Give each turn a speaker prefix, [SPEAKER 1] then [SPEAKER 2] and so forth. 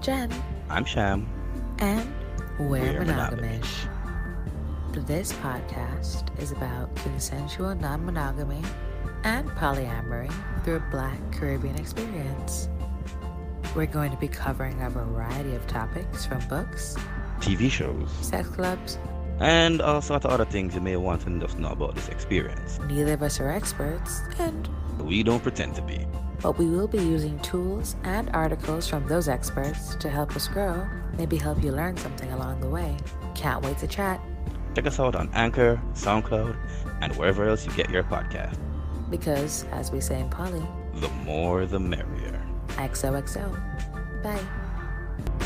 [SPEAKER 1] Jen,
[SPEAKER 2] I'm Sham.
[SPEAKER 1] and we're,
[SPEAKER 2] We're
[SPEAKER 1] monogamous. This podcast is about consensual non monogamy and polyamory through a Black Caribbean experience. We're going to be covering a variety of topics from books,
[SPEAKER 2] TV shows.
[SPEAKER 1] sex clubs.
[SPEAKER 2] And all sorts of other things you may want to just know about this experience.
[SPEAKER 1] Neither of us are experts, and
[SPEAKER 2] But we don't pretend to be.
[SPEAKER 1] But we will be using tools and articles from those experts to help us grow, maybe help you learn something along the way. Can't wait to chat
[SPEAKER 2] Check us out on Anchor, SoundCloud, and wherever else you get your podcast.
[SPEAKER 1] because, as we say in Polly,
[SPEAKER 2] The more the merrier.
[SPEAKER 1] XOXO. Bye.